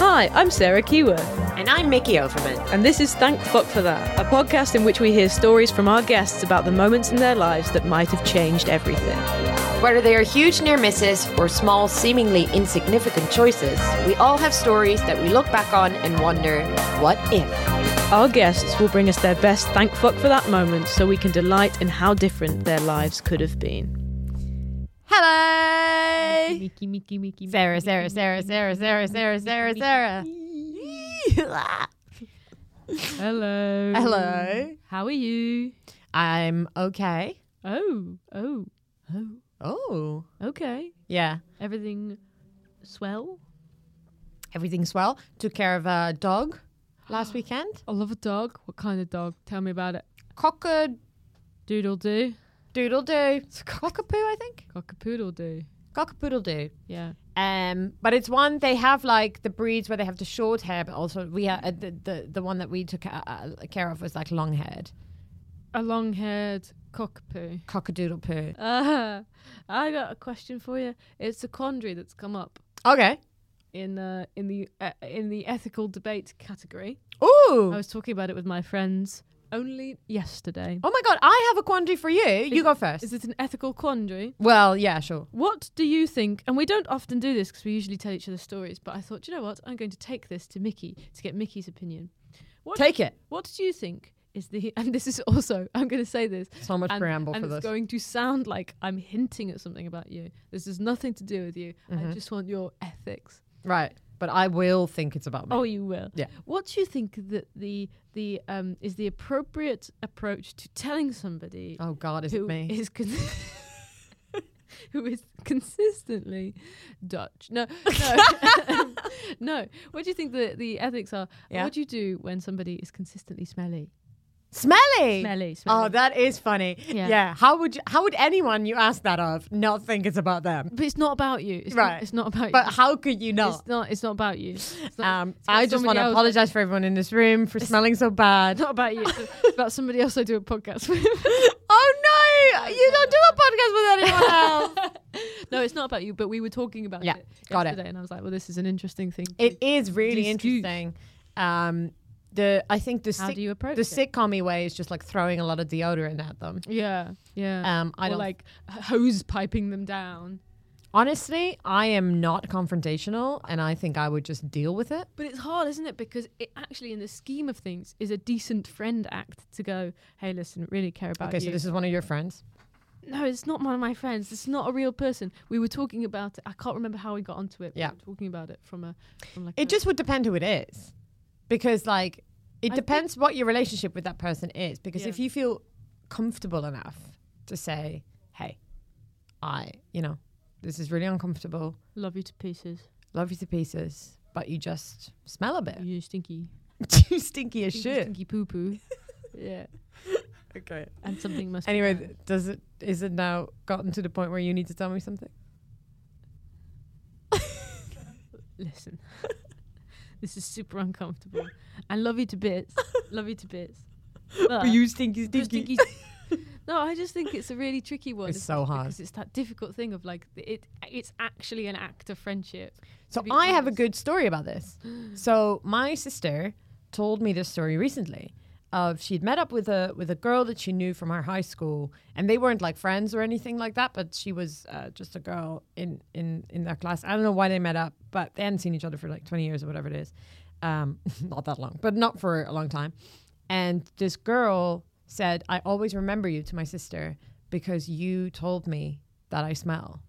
Hi, I'm Sarah Keewer. And I'm Mickey Overman. And this is Thank Fuck for That, a podcast in which we hear stories from our guests about the moments in their lives that might have changed everything. Whether they are huge near misses or small, seemingly insignificant choices, we all have stories that we look back on and wonder, what if? Our guests will bring us their best Thank Fuck for That moment so we can delight in how different their lives could have been. Hello! Mickey, Mickey, Mickey. Sarah, Sarah, Sarah, Sarah, Sarah, Sarah, Sarah, Sarah. Hello. Hello. How are you? I'm okay. Oh, oh, oh. Oh. Okay. Yeah. Everything swell? Everything swell. Took care of a dog last weekend. I love a dog. What kind of dog? Tell me about it. Cocker doodle do. Doodle do. Cockapoo, I think. Cockapoodle do. Cockapoodle do. Yeah. Um, but it's one they have like the breeds where they have the short hair, but also we ha- uh, the, the the one that we took uh, uh, care of was like long haired, a long haired cockapoo, cockadoodle poo. Uh, I got a question for you. It's a quandary that's come up. Okay. In uh, in the in the ethical debate category. Oh. I was talking about it with my friends only yesterday. Oh my god, I have a quandary for you. Is you go first. Is it an ethical quandary? Well, yeah, sure. What do you think? And we don't often do this because we usually tell each other stories, but I thought, you know what? I'm going to take this to Mickey to get Mickey's opinion. What take do, it. What do you think is the and this is also I'm going to say this. So much and, preamble and for it's this. going to sound like I'm hinting at something about you. This has nothing to do with you. Mm-hmm. I just want your ethics. Right. But I will think it's about me. Oh, you will. Yeah. What do you think that the the um is the appropriate approach to telling somebody? Oh God, is who it me? Is con- who is consistently Dutch? No, no, no. What do you think the the ethics are? Yeah. What do you do when somebody is consistently smelly? Smelly. Smelly, Oh, smelly. that is funny. Yeah. Yeah. How would you, how would anyone you ask that of not think it's about them? But it's not about you. It's Right. Not, it's not about But you. how could you not? It's not. It's not about you. It's not, Um, it's about I just want somebody to else. apologize for everyone in this room for smelling so bad. Not about you. It's about somebody else I do a podcast with. Oh no! You don't do a podcast with anyone else. no, it's not about you, but we were talking about Yeah, it got it. yesterday, and I was like, well, this is an interesting thing. It is really Just you. interesting. Um, the I think the How sick- do you approach the it? sitcom way is just like throwing a lot of deodorant at them. yeah, yeah. Um, I or don't like h- hose piping them down. honestly. I am not confrontational, and I think I would just deal with it. But it's hard, isn't it? Because it actually, in the scheme of things, is a decent friend act to go, hey, listen, really care about Okay, you. so this is one of your friends. no, it's not one of my friends. It's not a real person. We were talking about it. I can't remember how we got onto it. but Yeah. we were talking about it from a from like. a- It just would depend who it is, because like it I depends what your relationship with that person is. Because Yeah. if you feel comfortable enough to say, "Hey, I," you know, this is really uncomfortable. love you to pieces. love you to pieces, but you just smell a bit. You stinky, Too stinky as you shit. stinky poo poo. yeah, Okay. and something must. be Anyway, done. th- does it is it now gotten to the point where you need to tell me something? listen. this is super uncomfortable. I love you to bits. love you to bits. But you stinky just stinky? think you- no, I just think it's a really tricky one. It's isn't so it? hard. because it's that difficult thing of like th- it. It's actually an act of friendship. So be I have a honest. good story about this. So my sister told me this story recently. Of she'd met up with a with a girl that she knew from her high school, and they weren't like friends or anything like that. But she was uh, just a girl in in in their class. I don't know why they met up, but they hadn't seen each other for like twenty years or whatever it is. Um, not that long, but not for a long time. And this girl said, "I always remember you to my sister because you told me that I smell."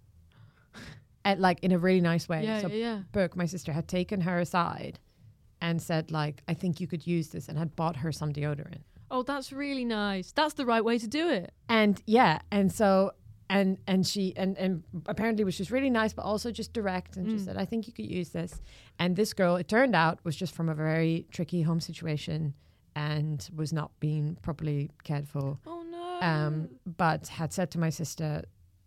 At like in a really nice way. Yeah, so yeah, yeah. Brooke, my sister, had taken her aside and said, like, I think you could use this and had bought her some deodorant. Oh, that's really nice. That's the right way to do it. And yeah, and so and and she and and apparently was just really nice, but also just direct and just said, I think you could use this. And this girl, it turned out, was just from a very tricky home situation and was not being properly cared for. Oh no. Um, Oh. but had said to my sister,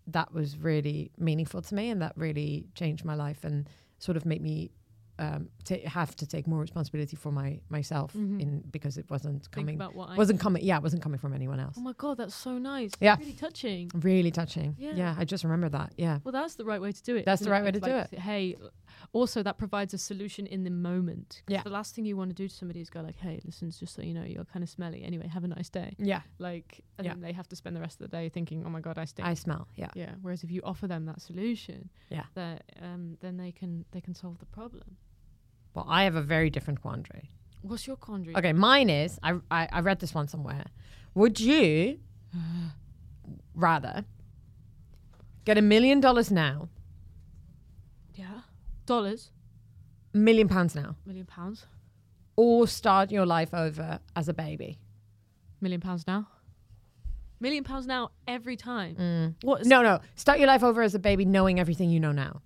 that was really meaningful to me and that really changed my life and sort of made me um, ta have to take more responsibility for my myself in because it wasn't Mm-hmm. Think coming about what I wasn't coming yeah it wasn't coming from anyone else Oh my god, that's so nice. That's Yeah. really touching. really touching Yeah. yeah. I just remember that yeah Well, that's the right way to do it. That's the isn't right way It's to do like, Hey, also that provides a solution in the moment. 'Cause Yeah. The last thing you want to do to somebody is go like, "Hey, listen, just so you know, you're kind of smelly. Anyway, have a nice day." yeah Like, and Yeah. then they have to spend the rest of the day thinking, "Oh my god, I stink." I smell yeah yeah. Whereas if you offer them that solution, Yeah. that um, then they can they can solve the problem. well I have a very different quandary What's your quandary? Okay, mine is I, I I read this one somewhere. Would you rather get a million dollars now, Yeah. Dollars, million pounds now, million pounds, or start your life over as a baby? million pounds now. Million pounds now every time. Mm. What? is- No, no, start your life over as a baby, knowing everything you know now.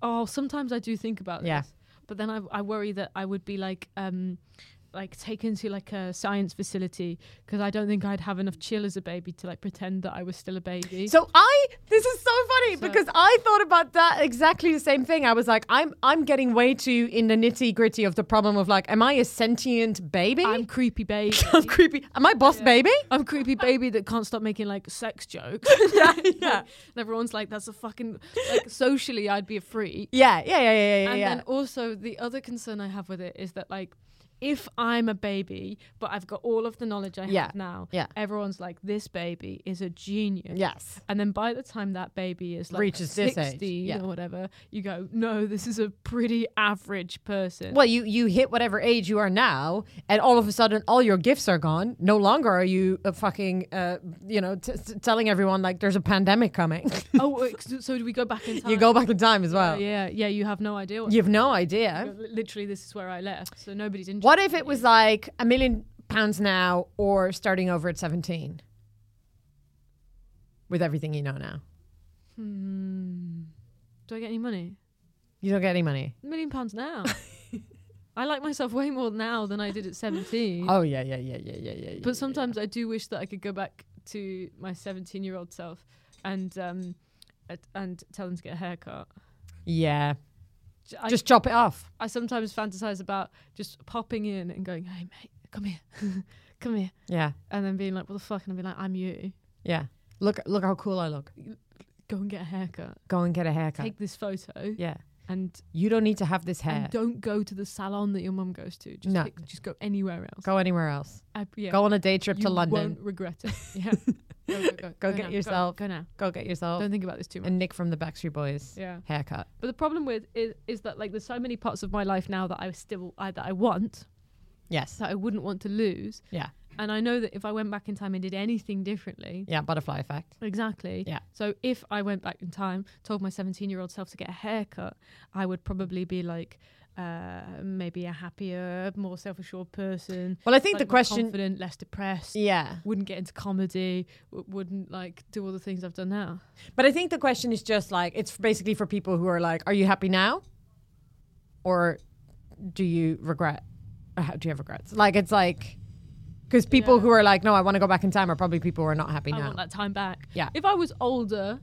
Oh, sometimes I do think about this. Yeah. But then I, I worry that I would be like um like taken to like a science facility because I don't think I'd have enough chill as a baby to like pretend that I was still a baby. So I this is so funny So- because I thought about that exactly the same thing. I was like, I'm I'm getting way too in the nitty gritty of the problem of like, am I a sentient baby? I'm creepy baby. I'm creepy. Am I boss baby? I'm creepy baby that can't stop making like sex jokes. yeah, yeah, and everyone's like, that's a fucking like socially I'd be a freak. yeah, yeah, yeah, yeah, yeah. And yeah. then also the other concern I have with it is that like if I'm a baby, but I've got all of the knowledge I Yeah. have now, Yeah. everyone's like, this baby is a genius. yes. And then by the time that baby is like Reaches this age, 16 yeah. or whatever, you go, no, this is a pretty average person. Well, you you hit whatever age you are now, and all of a sudden, all your gifts are gone. No longer are you a fucking, uh, you know, t- t- telling everyone like there's a pandemic coming. oh, ex- so do we go back in time? you go back in time as well. Yeah, yeah, you have no idea. What You have no idea. Literally, this is where I left, so nobody's interested. What if in it you. was like a million pounds now, or starting over at seventeen, with everything you know now? Hmm. Do I get any money? You don't get any money. A million pounds now. I like myself way more now than I did at 17. Oh yeah, yeah, yeah, yeah, yeah, yeah. yeah, yeah. but sometimes I do wish that I could go back to my 17 year old self and um, at- and tell them to get a haircut. yeah, J- I, just chop it off. I sometimes fantasize about just popping in and going, hey, mate, come here, come here. Yeah, And then being like, what the fuck? And I'll be like, I'm you. yeah. Look, look how cool I look. Go and get a haircut. Go and get a haircut. Take this photo yeah, and, you don't need to have this hair. and don't go to the salon that your mum goes to. Just, No. pick- just go anywhere else. Go anywhere else. I- yeah. Go on a day trip you to London. won't regret it. Yeah. go, go, go. Go get now. yourself- Go, now. Go get yourself Don't think about this too much. a Nick from the Backstreet Boys yeah. haircut. But the problem with is, is that like there's so many parts of my life now that I still I, that I want Yes. that I wouldn't want to lose. Yeah. And I know that if I went back in time and did anything differently, Yeah. Butterfly effect. exactly. Yeah. So if I went back in time, told my 17-year-old self to get a haircut, I would probably be like uh, maybe a happier, more self-assured person. Well, I think like, the more question. confident, less depressed. Yeah. Wouldn't get into comedy. W- wouldn't like do all the things I've done now. But I think the question is just like, it's basically for people who are like, are you happy now? or do you regret? or how- Do you have regrets? Like it's like because people who are like, no, I want to go back in time are probably people who are not happy I now. want that time back. Yeah. If I was older,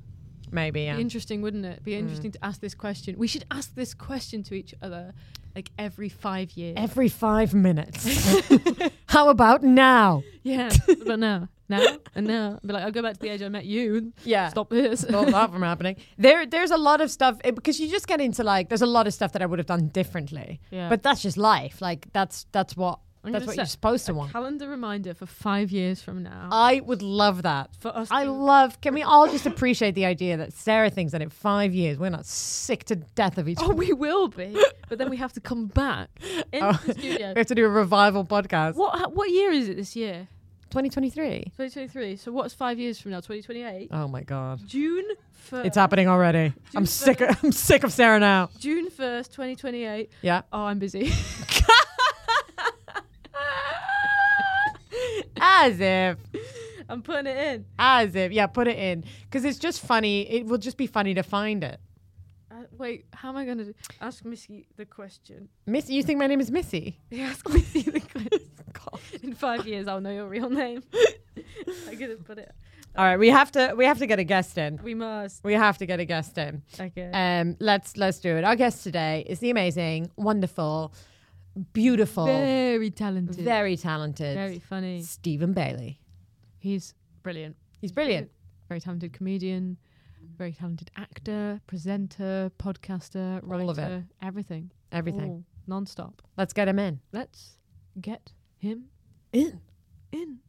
Maybe yeah. Mm. be interesting, wouldn't it? Be interesting to ask this question. We should ask this question to each other, like every five years. Every five minutes. How about now? yeah. but now, now, and now, I'd be like, I'll go back to the age I met you. Yeah. Stop this. Stop that from happening. There, there's a lot of stuff eh, because you just get into like there's a lot of stuff that I would have done differently. Yeah. But that's just life. Like that's that's what I'm that's gonna what you're set supposed to a want. Calendar reminder for five years from now. I would love that. For us I to- love. Can we all just appreciate the idea that Sarah thinks that in five years we're not sick to death of each oh, other. we will be, but then we have to come back into the studio. Oh, We have to do a revival podcast. What what year is it this year? 2023. 2023. So what's five years from now? 2028. Oh my god, June first. it's happening already. I'm June sick. Of, I'm sick of Sarah now. June first, 2028. Yeah. Oh, I'm busy. As if. I'm putting it in. As if, yeah, put it in because it's just funny. It will just be funny to find it. Uh, wait, how am I going to ask Missy the question? Miss, you think my name is Missy? Ask Missy the question. In five years, I'll know your real name. I couldn't put it. All right, we have to we have to get a guest in. We must. We have to get a guest in. Okay. Um, let's let's do it. Our guest today is the amazing, wonderful, beautiful, very, very talented. talented very funny. Stephen Bailey. He's brilliant. He's brilliant. Very talented comedian. Very talented actor, presenter, podcaster, writer, All of it. everything, Everything. all, non-stop. Let's get him in. Let's get him In. in.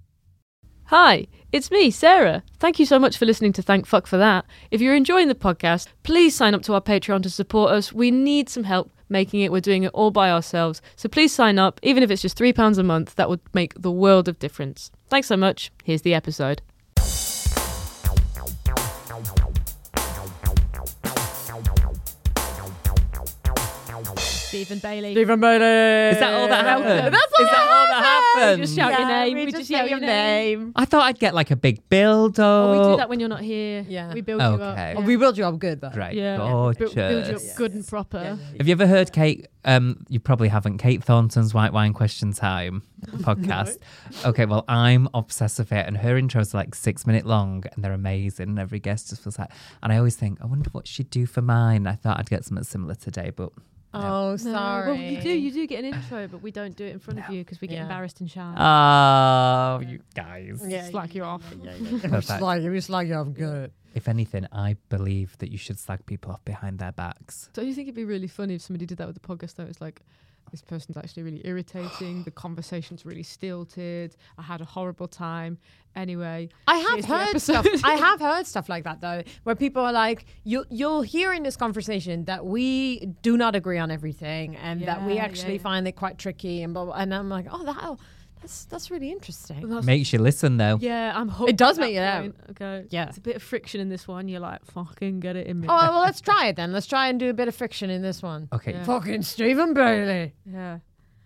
Hi, it's me, Sarah. Thank you so much for listening to Thank Fuck for That. If you're enjoying the podcast, please sign up to our Patreon to support us. We need some help making it. We're doing it all by ourselves. So please sign up, even if it's just £3 a month, that would make the world of difference. Thanks so much. Here's the episode. Stephen Bailey. Stephen Bailey. Is that all that happened? That's all Is that that all that happened? We just shout your Yeah, name. we We, just just, shout shout your your name. I thought I'd get like a big build up. Oh, we do that when you're not here. Yeah. We build you Okay. up. Oh, we will do. I'm good though. Great, yeah. gorgeous. Bu- Build you up good and proper. Have you ever heard Kate? Um, you probably haven't. Kate Thornton's White Wine Question Time podcast. Okay, well, I'm obsessed with it, and her intros are like six minute long, and they're amazing. And every guest just feels like, and I always think, I wonder what she'd do for mine. I thought I'd get something similar today, but Oh, sorry. Well, you do. You do get an intro, but we don't do it in front of you because we get Yeah. embarrassed and shy. oh, you guys. Slack you off. Perfect. Slag, you slag off good. If anything, I believe that you should slag people off behind their backs. Don't you think it'd be really funny if somebody did that with the podcast? Though it's like, this person's actually really irritating. the conversation's really stilted. I had a horrible time. Anyway, I have Here's the heard stuff. episode. I have heard stuff like that though, where people are like, "You you'll hear in this conversation that we do not agree on everything, and that we Yeah, yeah, actually yeah. find it quite tricky." And blah, blah, and I'm like, "Oh, that, oh, that's that's really interesting." Makes you listen though. yeah, I'm hooked. It does at make that it out. point. Okay. Yeah. It's a bit of friction in this one. You're like, fucking get it in me. Oh well, let's try it then. Let's try and do a bit of friction in this one. Okay, Fucking Stephen Bailey, yeah.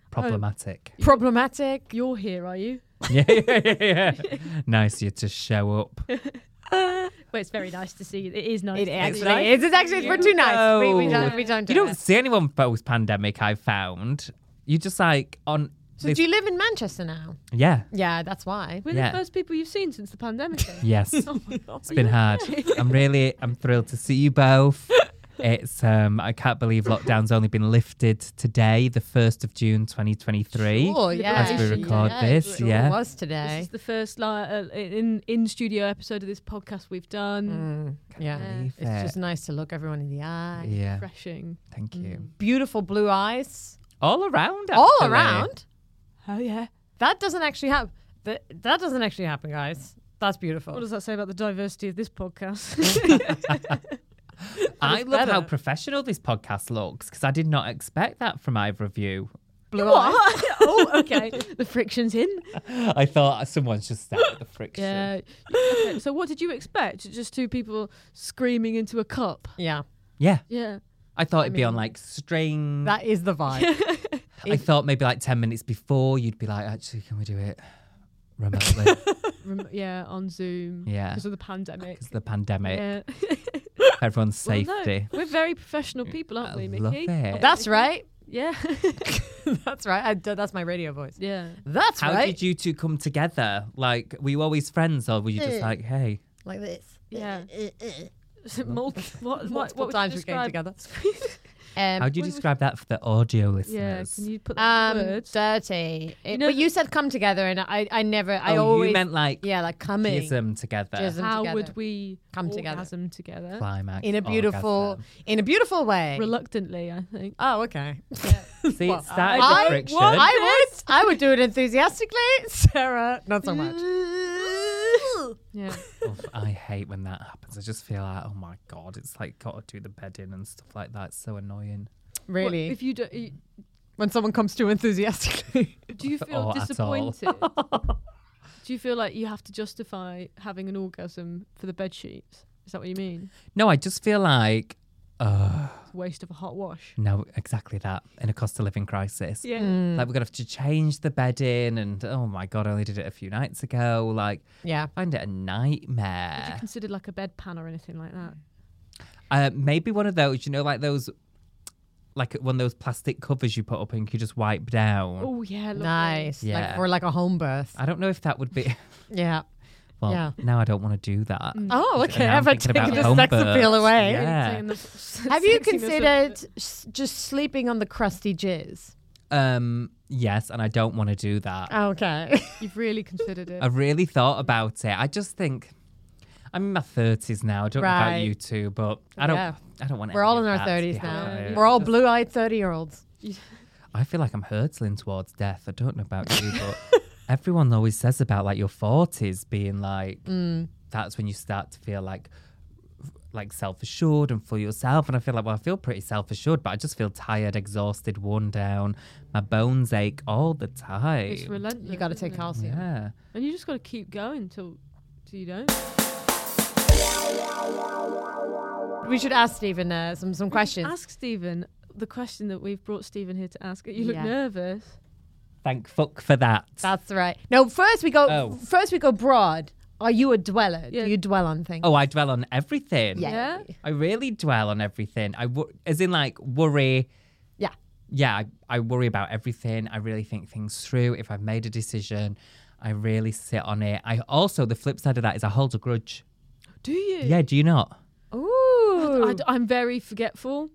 problematic. problematic. You're here, are you? yeah, yeah, yeah, yeah. nice you to show up. Well, it's very nice to see you. It is nice. It to actually see you. is. It's actually we're too nice. We, we No. don't. We don't. Do You don't that. see anyone post pandemic. I found you just like on. So this- do you live in Manchester now? yeah. Yeah, that's why. We're Yeah. the first people you've seen since the pandemic. though. Yes. it's been hard. I'm really. I'm thrilled to see you both. It's um. I can't believe lockdown's only been lifted today, the first of June, 2023. Oh yeah. As we record Yeah, this, sure yeah. was This today. is the first li- uh, in in studio episode of this podcast we've done. Mm. Yeah. Believe It's it. just nice to look everyone in the eye. yeah. Refreshing. Thank you. Beautiful blue eyes. All around. All actually. around. Oh yeah. That doesn't actually happen. That, that doesn't actually happen, guys. That's beautiful. What does that say about the diversity of this podcast? I love how better. professional this podcast looks because I did not expect that from either of you. blue eyes? oh, okay. the friction's in. I thought someone's just sat with the friction. Yeah. Okay, so what did you expect? Just two people screaming into a cup. Yeah, Yeah. Yeah. I thought it'd be on like string. that is the vibe. I thought maybe like 10 minutes before you'd be like, actually, can we do it remotely? Rem- yeah. On Zoom. Yeah. Because of the pandemic. Because the pandemic, Yeah. everyone's Well, safety. Mm, no, we're very professional people, aren't I we, Mickey? Oh, love it. That's right. Yeah. that's right. I, d- that's my radio voice. yeah. That's How right. did you two come together? Like, were you always friends, or were you just like, hey? like this. Yeah. Multi- what, what, what Multiple would you times we came describe? together. How Um, do you describe that for the audio Yeah. listeners? Can you put that um, word? dirty. It- You know but you the- said come together, and I, I never. I oh, always you meant like yeah, like coming schism together, Schism. them How together. would we Come together. orgasm together? climax in a beautiful, orgasm. in a beautiful way. Reluctantly, I think. oh, okay. See, it started I, with friction. what? I would, I would do it enthusiastically, Sarah. Not so much. Yeah. Oof, I hate when that happens. I just feel like, oh my god, it's like got to do the bedding and stuff like that. It's so annoying. Really, If you don't, you- when someone comes too enthusiastically. do you feel Or at all. disappointed? do you feel like you have to justify having an orgasm for the bed sheets? Is that what you mean? No, I just feel like, uh, It's a waste of a hot wash. no, exactly that in a cost of living crisis. Yeah. Mm. Like we're gonna have to change the bedding, and oh my god, I only did it a few nights ago. Like, yeah. I find it a nightmare. Considered like a bedpan or anything like that. Uh, maybe one of those, you know, like those, like one of those plastic covers you put up and you just wipe down. Oh yeah. Lovely. Nice. Like Yeah. for like a home birth. I don't know if that would be. Yeah. Well, Yeah. now I don't want to do that. Oh, And okay. now I'm Have I thinking taken about the home sex appeal births. away? Yeah. Saying the s- Have you sexiness of- considered s- just sleeping on the crusty jizz? Um. Yes, and I don't want to do that. Oh. Okay. You've really considered it. I really thought about it. I just think I'm in my thirties now. I don't know Right. about you two, but I don't. Yeah. I don't want. We're any all of in our that to be 30s now. happening. We're all blue eyed 30 year olds. I feel like I'm hurtling towards death. I don't know about you, but everyone always says about like your forties being like Mm. that's when you start to feel like like self assured and for yourself. And I feel like well, I feel pretty self assured, but I just feel tired, exhausted, worn down. My bones ache all the time. It's relentless. You got to isn't take it? calcium. yeah. And you just got to keep going till till you don't. We should ask Stephen uh, some, some questions. Ask Stephen the question that we've brought Stephen here to ask. You look Yeah. nervous. Thank fuck for that. That's right. No, first we go. Oh. First we go broad. Are you a dweller? Yeah. Do you dwell on things? oh, I dwell on everything. Yeah. I really dwell on everything. I wo- as in like worry. Yeah. yeah, I, I worry about everything. I really think things through. If I've made a decision, I really sit on it. I also the flip side of that is I hold a grudge. Do you? Yeah, do you not? Ooh. I, am very forgetful.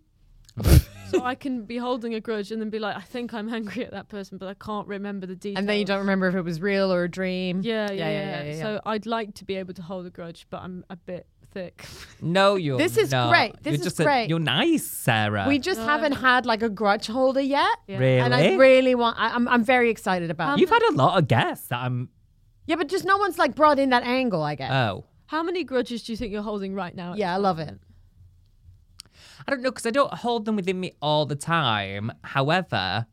so I can be holding a grudge and then be like, I think I'm angry at that person, but I can't remember the details. and then you don't remember if it was real or a dream. Yeah, yeah, yeah. yeah, yeah. So I'd like to be able to hold a grudge, but I'm a bit thick. No, you're. This is not. great. This you're is just a- great. you're nice, Sarah. We just Uh, haven't had like a grudge holder yet. Yeah. really. And I really want. I, I'm I'm very excited about. Um, it. You've had a lot of guests that I'm. Yeah, but just no one's like brought in that angle. I guess. Oh, How many grudges do you think you're holding right now? yeah, I love it. I don't know because I don't hold them within me all the time. However,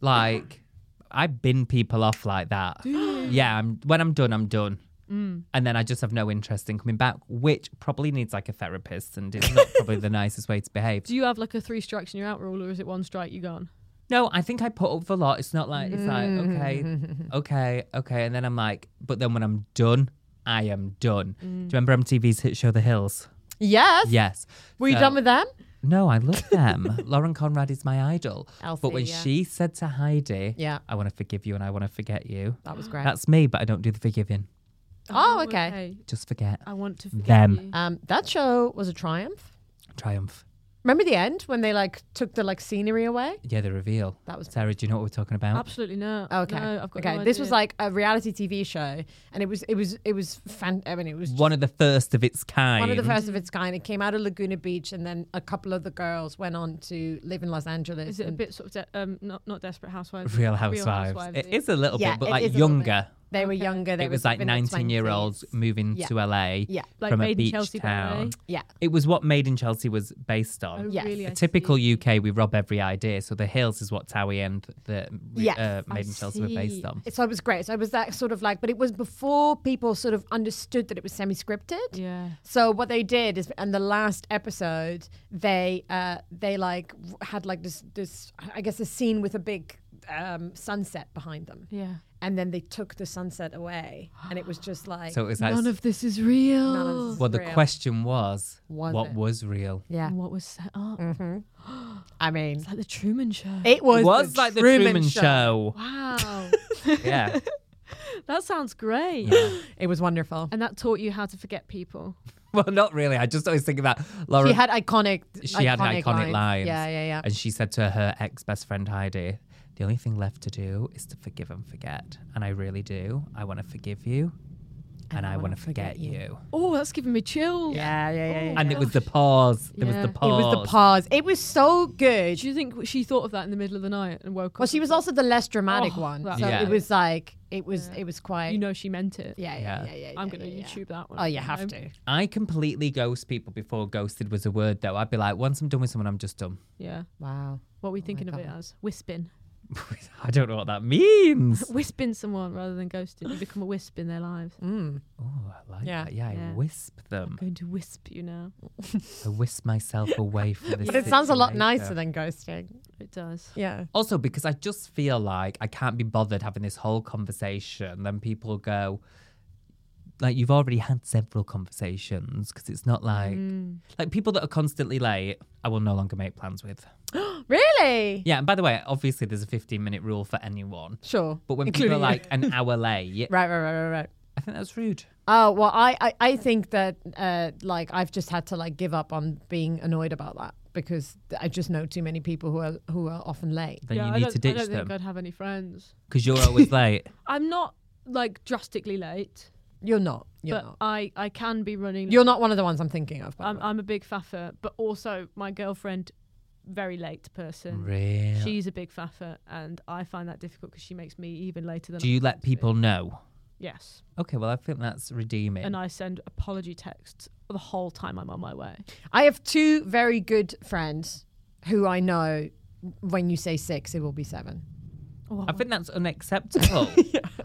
like I bin people off like that. yeah, I'm, when I'm done, I'm done. Mm. And then I just have no interest in coming back, which probably needs like a therapist, and it's not probably the nicest way to behave. Do you have like a three strikes and you're out rule, or is it one strike you gone? No, I think I put up for a lot. It's not like it's like okay, Mm. okay, okay, and then I'm like, but then when I'm done, I am done. Mm. Do you remember MTV's hit show The Hills? Yes. Yes. Were you So- done with them? No, I love them. Lauren Conrad is my idol. Elsie, but when yeah. she said to Heidi, Yeah. I want to forgive you and I want to forget you, That was great. that's me, but I don't do the forgiving. oh, okay. Just forget. I want to forgive Them. you. Um, that show was a triumph. Triumph. Remember the end when they like took the like scenery away? Yeah, the reveal. That was- Sarah, do you know what we're talking about? Absolutely not. Okay. No, I've got okay. no This was idea. like a reality TV show, and it was it was it was fan. I mean, it was just One of the first of its kind. one of the first of its kind. It came out of Laguna Beach, and then a couple of the girls went on to live in Los Angeles. Is it a and bit sort of de- um, not not desperate housewives? Real Housewives. it yeah. is a little Yeah, bit, but it like is a little bit. younger. They were younger. They It were was sort like of in their 19 year olds 20s. moving Yeah. to LA Yeah. Like from Made a in beach Chelsea by the town. Way. Yeah. It was what Made in Chelsea was based on. Yes. Oh, Really, I typical see. UK, we rob every idea. So the hills is what Towie and the Yes, uh, I Maiden Chelsea were based on. So it was great. So it was that sort of like, but it was before people sort of understood that it was semi-scripted. Yeah. So what they did is, in the last episode, they uh, they like w- had like this this I guess a scene with a big um, sunset behind them. Yeah. And then they took the sunset away, and it was just like So it was like, None of this is real. none of this well, is the real. question was, Was what it? was real? Yeah, Mm. What was set up? I mean, It's like the Truman Show. Mm-hmm. it was was the like Truman the Truman Show. Wow. yeah. that sounds great. It was wonderful. And that taught you how to forget people. Well, not really. I just always think about Laura. She had iconic. she had iconic lines. Yeah, yeah, yeah. And she said to her ex best friend Heidi, "The only thing left to do is to forgive and forget, and I really do. I want to forgive you, and, I, want to forget, you." Oh, that's giving me chills. yeah, yeah, yeah. yeah. And it was the pause. There Yeah. was Oh. the It was It pause. was the pause. It was so good. Do you think she thought of that in the middle of the night and woke up? Well, she was also the less dramatic Oh, one, that- so Yeah. it was like it was it was quite. You know she meant it. yeah, yeah, Yeah. yeah, yeah. I'm yeah, going to yeah, yeah. YouTube that one. Oh, you have I'm- to. I completely ghost people before ghosted was a word, though. I'd be like, once I'm done with someone, I'm just done. Yeah. Wow. What are we thinking of it as? Wisping. I don't know what that means. Wisping someone rather than ghosting. You become a wisp in their lives. Oh, I like Yeah. that. Yeah, I Yeah. wisp I'm them. going to wisp you now. I wisp myself away from this. But it sounds a lot situation. nicer than ghosting. It does. Yeah. Also, because I just feel like I can't be bothered having this whole conversation. Then people go, like, you've already had several conversations because it's not like, Mm. like people that are constantly late, I will no longer make plans with. Really? Yeah. And by the way, obviously, there's a 15 minute rule for anyone. Sure. But when Including people are you. like an hour late, Right, right, right, right, right. I think that's rude. Oh well, I, I, I think that uh, like I've just had to like give up on being annoyed about that because I just know too many people who are who are often late. Then yeah, you I need don't, to I ditch don't them think I'd have any friends. because you're always late. I'm not like drastically late, You're not. You're but not. I, I can be running. You're not one of the ones I'm thinking of. by the I'm, way. I'm a big faffer, but also my girlfriend, very late person. Really? She's a big faffer, and I find that difficult because she makes me even later than. Do I you want let to be. people know? Yes, Okay, well, I think that's redeeming. and I send apology texts the whole time I'm on my way. I have two very good friends who I know. When you say six, it will be seven. I think that's unacceptable.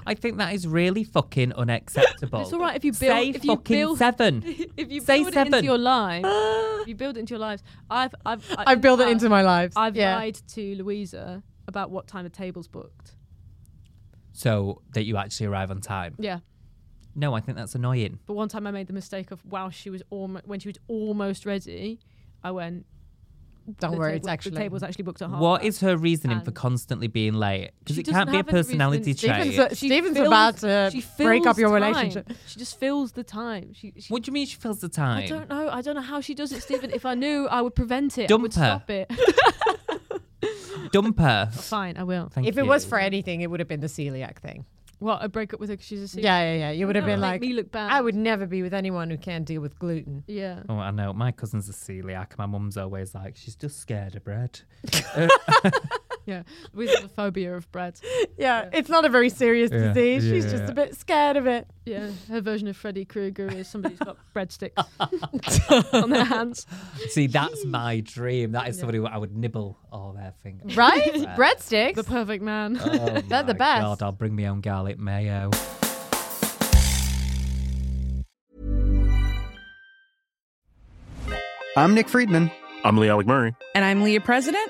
I think that is really fucking unacceptable. It's all right if you build. Say if you fucking build seven. If you Say build it into seven. your life, if you build it into your lives. I've I've I build it into my lives. I've yeah. lied to Louisa about what time the table's booked. so that you actually arrive on time. Yeah. No, I think that's annoying. But one time I made the mistake of while she was almost when she was almost ready, I went. Don't the worry, table- Oh, it's actually the table's actually booked at half. What is her reasoning for Oh, And- constantly being late? Because She it can't doesn't be a have any reason. personality Stephen's trait. So She Stephen's fills- about to she break up fills your time. relationship. She just fills the time. She, she what do you mean she fills the time? I don't know. I don't know how she does it, Stephen. if I knew, I would prevent it. I would Dump her. stop it. Dump her. Fine, I will. Thank If it you. was for anything, it would have been the celiac thing. What? I break up with her because she's a singer. Yeah, yeah, yeah. You would have That been would make like, me look bad. I would never be with anyone who can't deal with gluten. Yeah. Oh, I know. My cousin's a celiac. My mum's always like, she's just scared of bread. Yeah. We have a phobia of bread. Yeah, it's not a very serious Yeah, disease. yeah, She's yeah, just yeah. a bit scared of it. Yeah. Her version of Freddy Krueger is somebody's got breadsticks on their hands. See, that's my dream. That is somebody who I would nibble all their fingers. Right? Yeah. Breadsticks? The perfect man. Oh They're the my best. God, I'll bring me own garlic mayo. I'm Nick Friedman. I'm Lee Alec Murray. And I'm Leah President,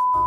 a-"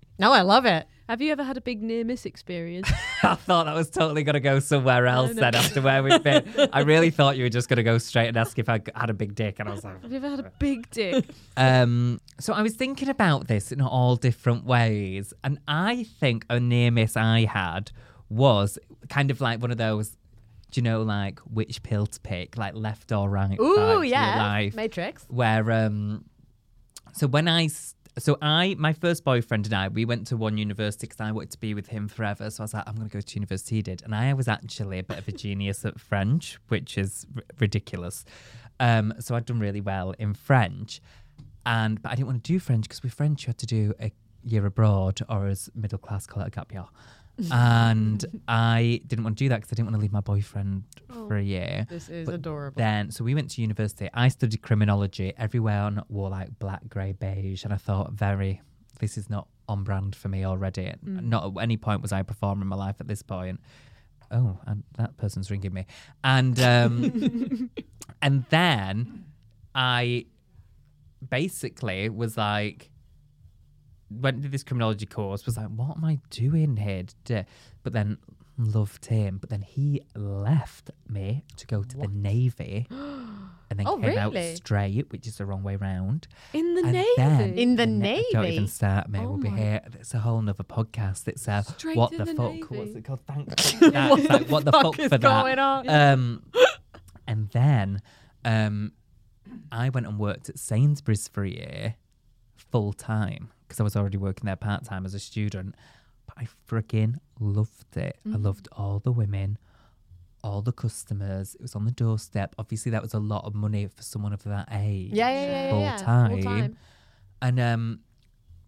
No, I love it. have you ever had a big near miss experience? I thought that was totally going to go somewhere else no. then after where we've been. I really thought you were just going to go straight and ask if I had a big dick. And I was like, have you ever had a big dick? Um, so I was thinking about this in all different ways, and I think a near miss I had was kind of like one of those, do you know, like which pill to pick, like left or right? vibes Ooh, in yeah. your life, Matrix. where um, so when I. s- So I, my first boyfriend and I, we went to one university because I wanted to be with him forever. So I was like, I'm going to go to university. He did, and I was actually a bit of a genius at French, which is r- ridiculous. Um, so I'd done really well in French, and but I didn't want to do French because with French you had to do a year abroad or as middle class call it a gap year. and I didn't want to do that because I didn't want to leave my boyfriend for a year. this is adorable. Then, so we went to university. I studied criminology. Everyone wore like black, grey, beige, and I thought, very, this is not on brand for me already. Mm. Not at any point was I a performer in my life at this point. Oh, and that person's ringing me. And um, and then I basically was like went to this criminology course was like what am i doing here today? but then loved him but then he left me to go to the navy and then Oh, came really? out straight which is the wrong way round In the And Navy? then- In the and then- don't Navy? Oh even start me we'll be my- here it's a whole nother podcast it's uh, Straight what in the, the fuck Navy. what's it called thank fuck that. What It's the like, what the fuck fuck, is for that going on? um and then um I went and worked at Sainsbury's for a year full time because I was already working there part time as a student. But I freaking loved it. I Mm-hmm. Mm. loved all the women, all the customers. It was on the doorstep. Obviously, that was a lot of money for someone of that age. Yeah, yeah, yeah, yeah, Full yeah. time. Full time. And um,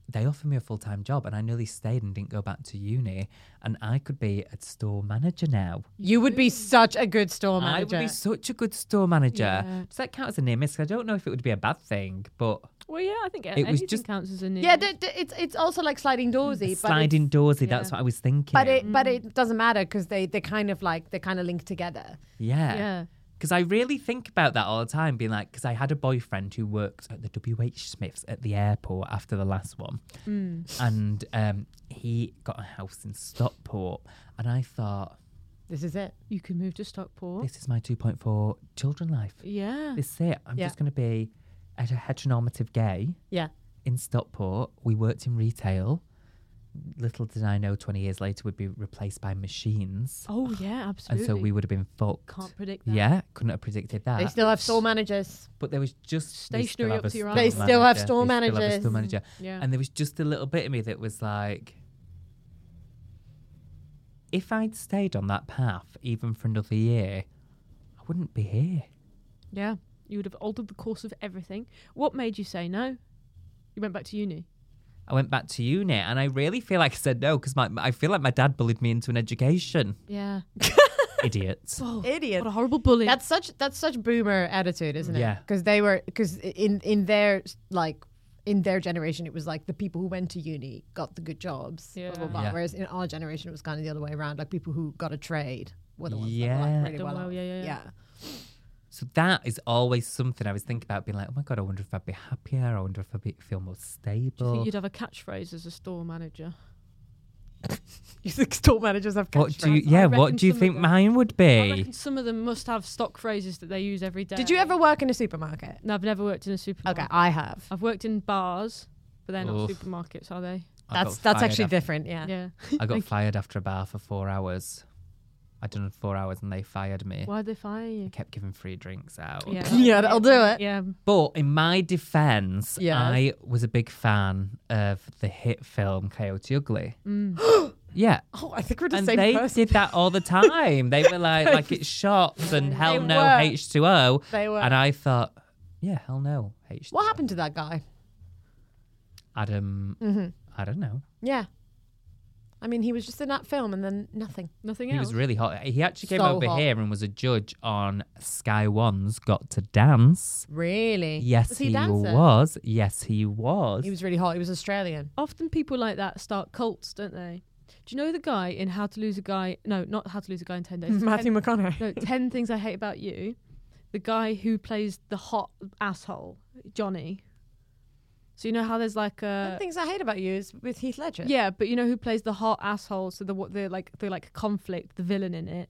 they offered me a full time job, and I nearly stayed and didn't go back to uni. And I could be a store manager now. You would be such a good store I would manager. be such a good store manager. Yeah. Does that count as a near miss? I don't know if it would be a bad thing, but well, yeah, I think was anything just- counts as a near yeah, th- th- it's it's also like sliding doorsy. sliding doorsy, that's what I was thinking. But it but it doesn't matter because they they kind of like they kind of link together. yeah. Because I really think about that all the time, being like, because I had a boyfriend who worked at the WH Smiths at the airport after the last one. Mm. And um, he got a house in Stockport. And I thought, This is it. You can move to Stockport. this is my 2.4 children life. Yeah. This is it. I'm Yeah. just going to be a heteronormative gay. Yeah. in Stockport. We worked in retail. Little did I know, 20 years later, we'd be replaced by machines. Oh, yeah, absolutely. And so we would have been fucked. Can't predict that. Yeah, couldn't have predicted that. They still have store managers. But there was just they still Stationary have up a to your store eyes. They still have manager. store They still have a managers. store manager. Yeah. And there was just a little bit of me that was like, if I'd stayed on that path even for another year, I wouldn't be here. Yeah. You would have altered the course of everything. What made you say no? You went back to uni. I went back to uni, and I really feel like I said no because my I feel like my dad bullied me into an education. Yeah. Idiots. Idiot. What a horrible bully. That's such that's such boomer attitude, isn't it? Yeah. Because they were because in in their like in their generation it was like the people who went to uni got the good jobs. Blah, blah, blah. Yeah. Whereas in our generation it was kind of the other way around. Like people who got a trade were the ones that were Yeah. like really Done well. well, off. yeah, yeah, yeah. yeah. So that is always something I was thinking about, being like, oh my god, I wonder if I'd be happier. I wonder if I'd be, feel more Do you stable. think you'd have a catchphrase as a store manager? You think store managers have what do you? catchphrases? I Yeah, reckon what do you some of think them- mine would be? And some of them must have stock phrases that they use every day. Did you ever work in a supermarket? No, I've never worked in a supermarket. Okay, I have. I've worked in bars, but they're Oof. not supermarkets, are they? I That's- got that's fired actually after- different, yeah. Yeah. I got Like, fired after a bar for four hours. I done four hours and they fired me. Why'd they fire They you? kept giving free drinks out. Yeah, that'll do it. Yeah. But in my defence, Yes. I was a big fan of the hit film Coyote Ugly. Yeah. Oh, I think we're the and same they person. did that all the time. they were like, like it's shots and hell They no were. H2O. They were. And I thought, yeah, hell no H. What happened to that guy? Adam, Mhm. I don't know. Yeah. I mean, he was just in that film and then nothing. Nothing He was really hot. He actually came So over hot. here and was a judge on Sky One's Got to Dance. Really? Yes, Was he, he a dancer? was. Yes, he was. He was really hot. He was Australian. Often people like that start cults, don't they? Do you know the guy in How to Lose a Guy? No, not How to Lose a Guy in 10 Days. Matthew 10 McConaughey. No, 10 Things I Hate About You. The guy who plays the hot asshole, Johnny. So you know how there's like a One of the things I hate about you is with Heath Ledger. Yeah, but you know who plays the hot asshole? So the what the like the like conflict, the villain in it.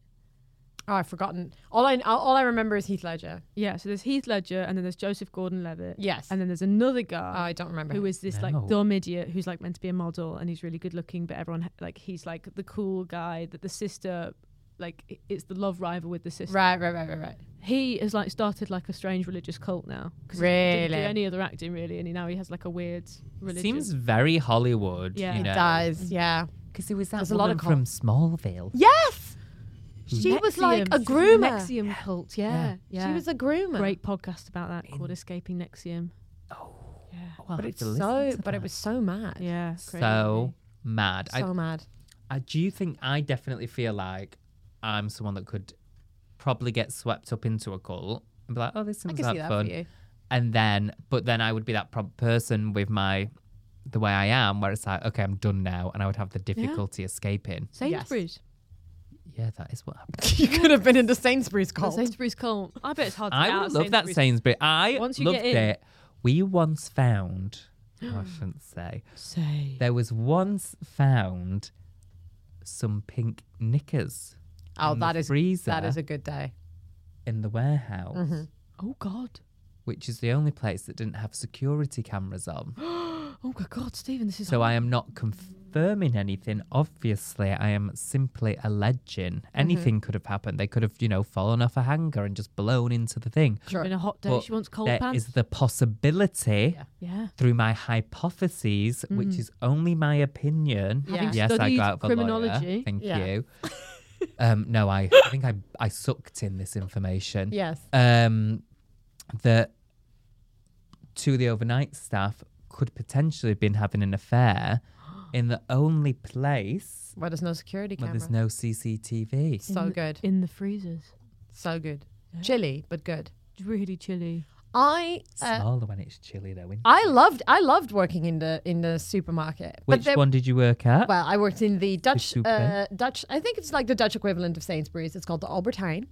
Oh, I've forgotten. All I all I remember is Heath Ledger. Yeah, so there's Heath Ledger, and then there's Joseph Gordon-Levitt. Yes. and then there's another guy. Oh, I don't remember who him. is this No. like dumb idiot who's like meant to be a model, and he's really good looking, but everyone like he's like the cool guy that the sister like i- it's the love rival with the sister. Right, right, right, right, right. He has like started like a strange religious cult now because he didn't do Really? any other acting really, and he, now he has like a weird religion. Seems very Hollywood. Yeah. you It know. Does yeah. Because he was that There's woman a lot of from Smallville. Yes. She was like a Nexium. groomer. Nexium cult, yeah. yeah. She was a groomer. Great podcast about that called Escaping Nexium. Oh. Yeah. I'll but have it's to listen so. to But it was so mad. Yeah. So mad. So mad. I do think I definitely feel like I'm someone that could probably get swept up into a cult and be like, oh, this I seems can like see that for fun. you. And then, but then I would be that pro- person with my, the way I am, where it's like, okay, I'm done now. And I would have the difficulty escaping. Sainsbury's. Yeah, that is what happened. you could have been in the Sainsbury's cult. Sainsbury's cult. I bet it's hard to I get out would of love that Sainsbury's. Sainsbury. I Once you loved get in. it. We once found, oh, I shouldn't say, say there was once found some pink knickers. Oh, in the that is freezer that is a good day. in the warehouse, Mhm. Oh God. which is the only place that didn't have security cameras on. Oh my God, Stephen, this is. so I am not confirming anything. Obviously, I am simply alleging Mm-hmm. anything could have happened. They could have, you know, fallen off a hanger and just blown into the thing. Sure. In a hot day, But she wants cold there pants. is the possibility. Yeah. Through my hypotheses, which Mhm. is only my opinion. Having Yes, I studied go out for criminology. Lawyer. Thank Yeah. you. um, no, I, I think I, I sucked in this information. Yes. Um, that two of the overnight staff could potentially have been having an affair in the only place Where there's no security where camera. there's no CCTV. So good. In the freezers. So good. Chilly, but good. Really chilly. I uh, Smaller when it's chilly though. isn't it? I loved I loved working in the in the supermarket. Which there- one did you work at? Well, I worked in the Dutch soup, uh, eh? Dutch. I think it's like the Dutch equivalent of Sainsbury's. It's called the Albertijn.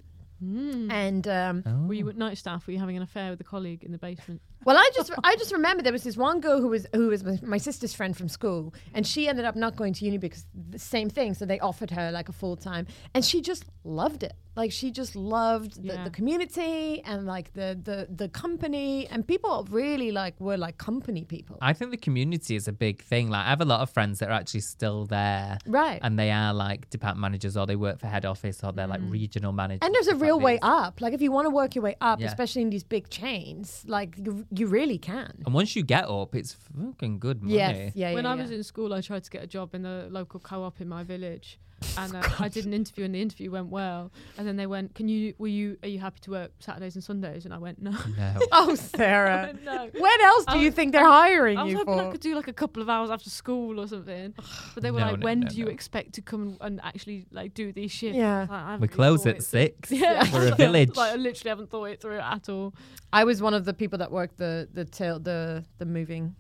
And um, Were Oh. you at night staff? Were you having an affair with a colleague in the basement? Well, I just I just remember there was this one girl who was who was my- my sister's friend from school, and she ended up not going to uni because the same thing. So they offered her like a full time, and she just loved it. Like she just loved the, Yeah. the community and like the the the company, and people really like were like company people. I think the community is a big thing. Like I have a lot of friends that are actually still there. Right. And they are like department managers or they work for head office or they're like regional managers. Mm. And there's a real way up. Like if you want to work your way up, Yeah. especially in these big chains, like you, you really can. And once you get up, it's fucking good money. when I was in school, I tried to get a job in the local co-op in my village, Oh, and uh, I did an interview, and the interview went well. And then they went, "Can you? Were you? Are you happy to work Saturdays and Sundays?" And I went, "No." No. Oh, Sarah. no. When else do I you was- think they're hiring I was you hoping I for? could do like a couple of hours after school or something. But they were No, like, no, "When no, do you no. expect to come and actually like do these shifts?" Yeah. I was like, "I haven't We really close thought at it six. through." Yeah, We're a village. Like I literally haven't thought it through at all. I was one of the people that worked the the tail the the moving.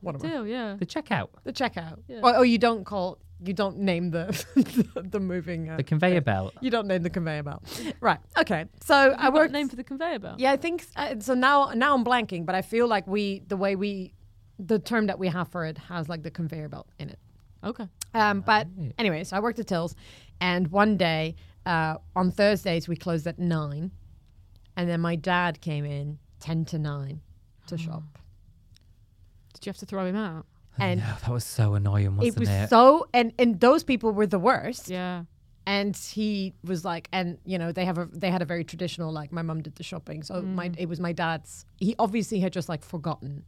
What am I? Still, yeah. The checkout. The checkout. Yeah. Oh, oh, you don't call. You don't name the the, the moving. Uh, The conveyor belt. You don't name the conveyor belt. right. Okay. So I I worked. worked name for the conveyor belt. Yeah, I think s- uh, so. Now, now I'm blanking, but I feel like we the way we the term that we have for it has like the conveyor belt in it. Okay. Um, but anyway, so I worked at Tills, and one day uh, on Thursdays we closed at nine, and then my dad came in ten to nine Oh. to shop, Did you have to throw him out? and Oh, that was so annoying, wasn't it it? was so and and those people were the worst. Yeah. And he was like, and you know they have a they had a very traditional like my mum did the shopping, so my it was my dad's. He obviously had just like forgotten,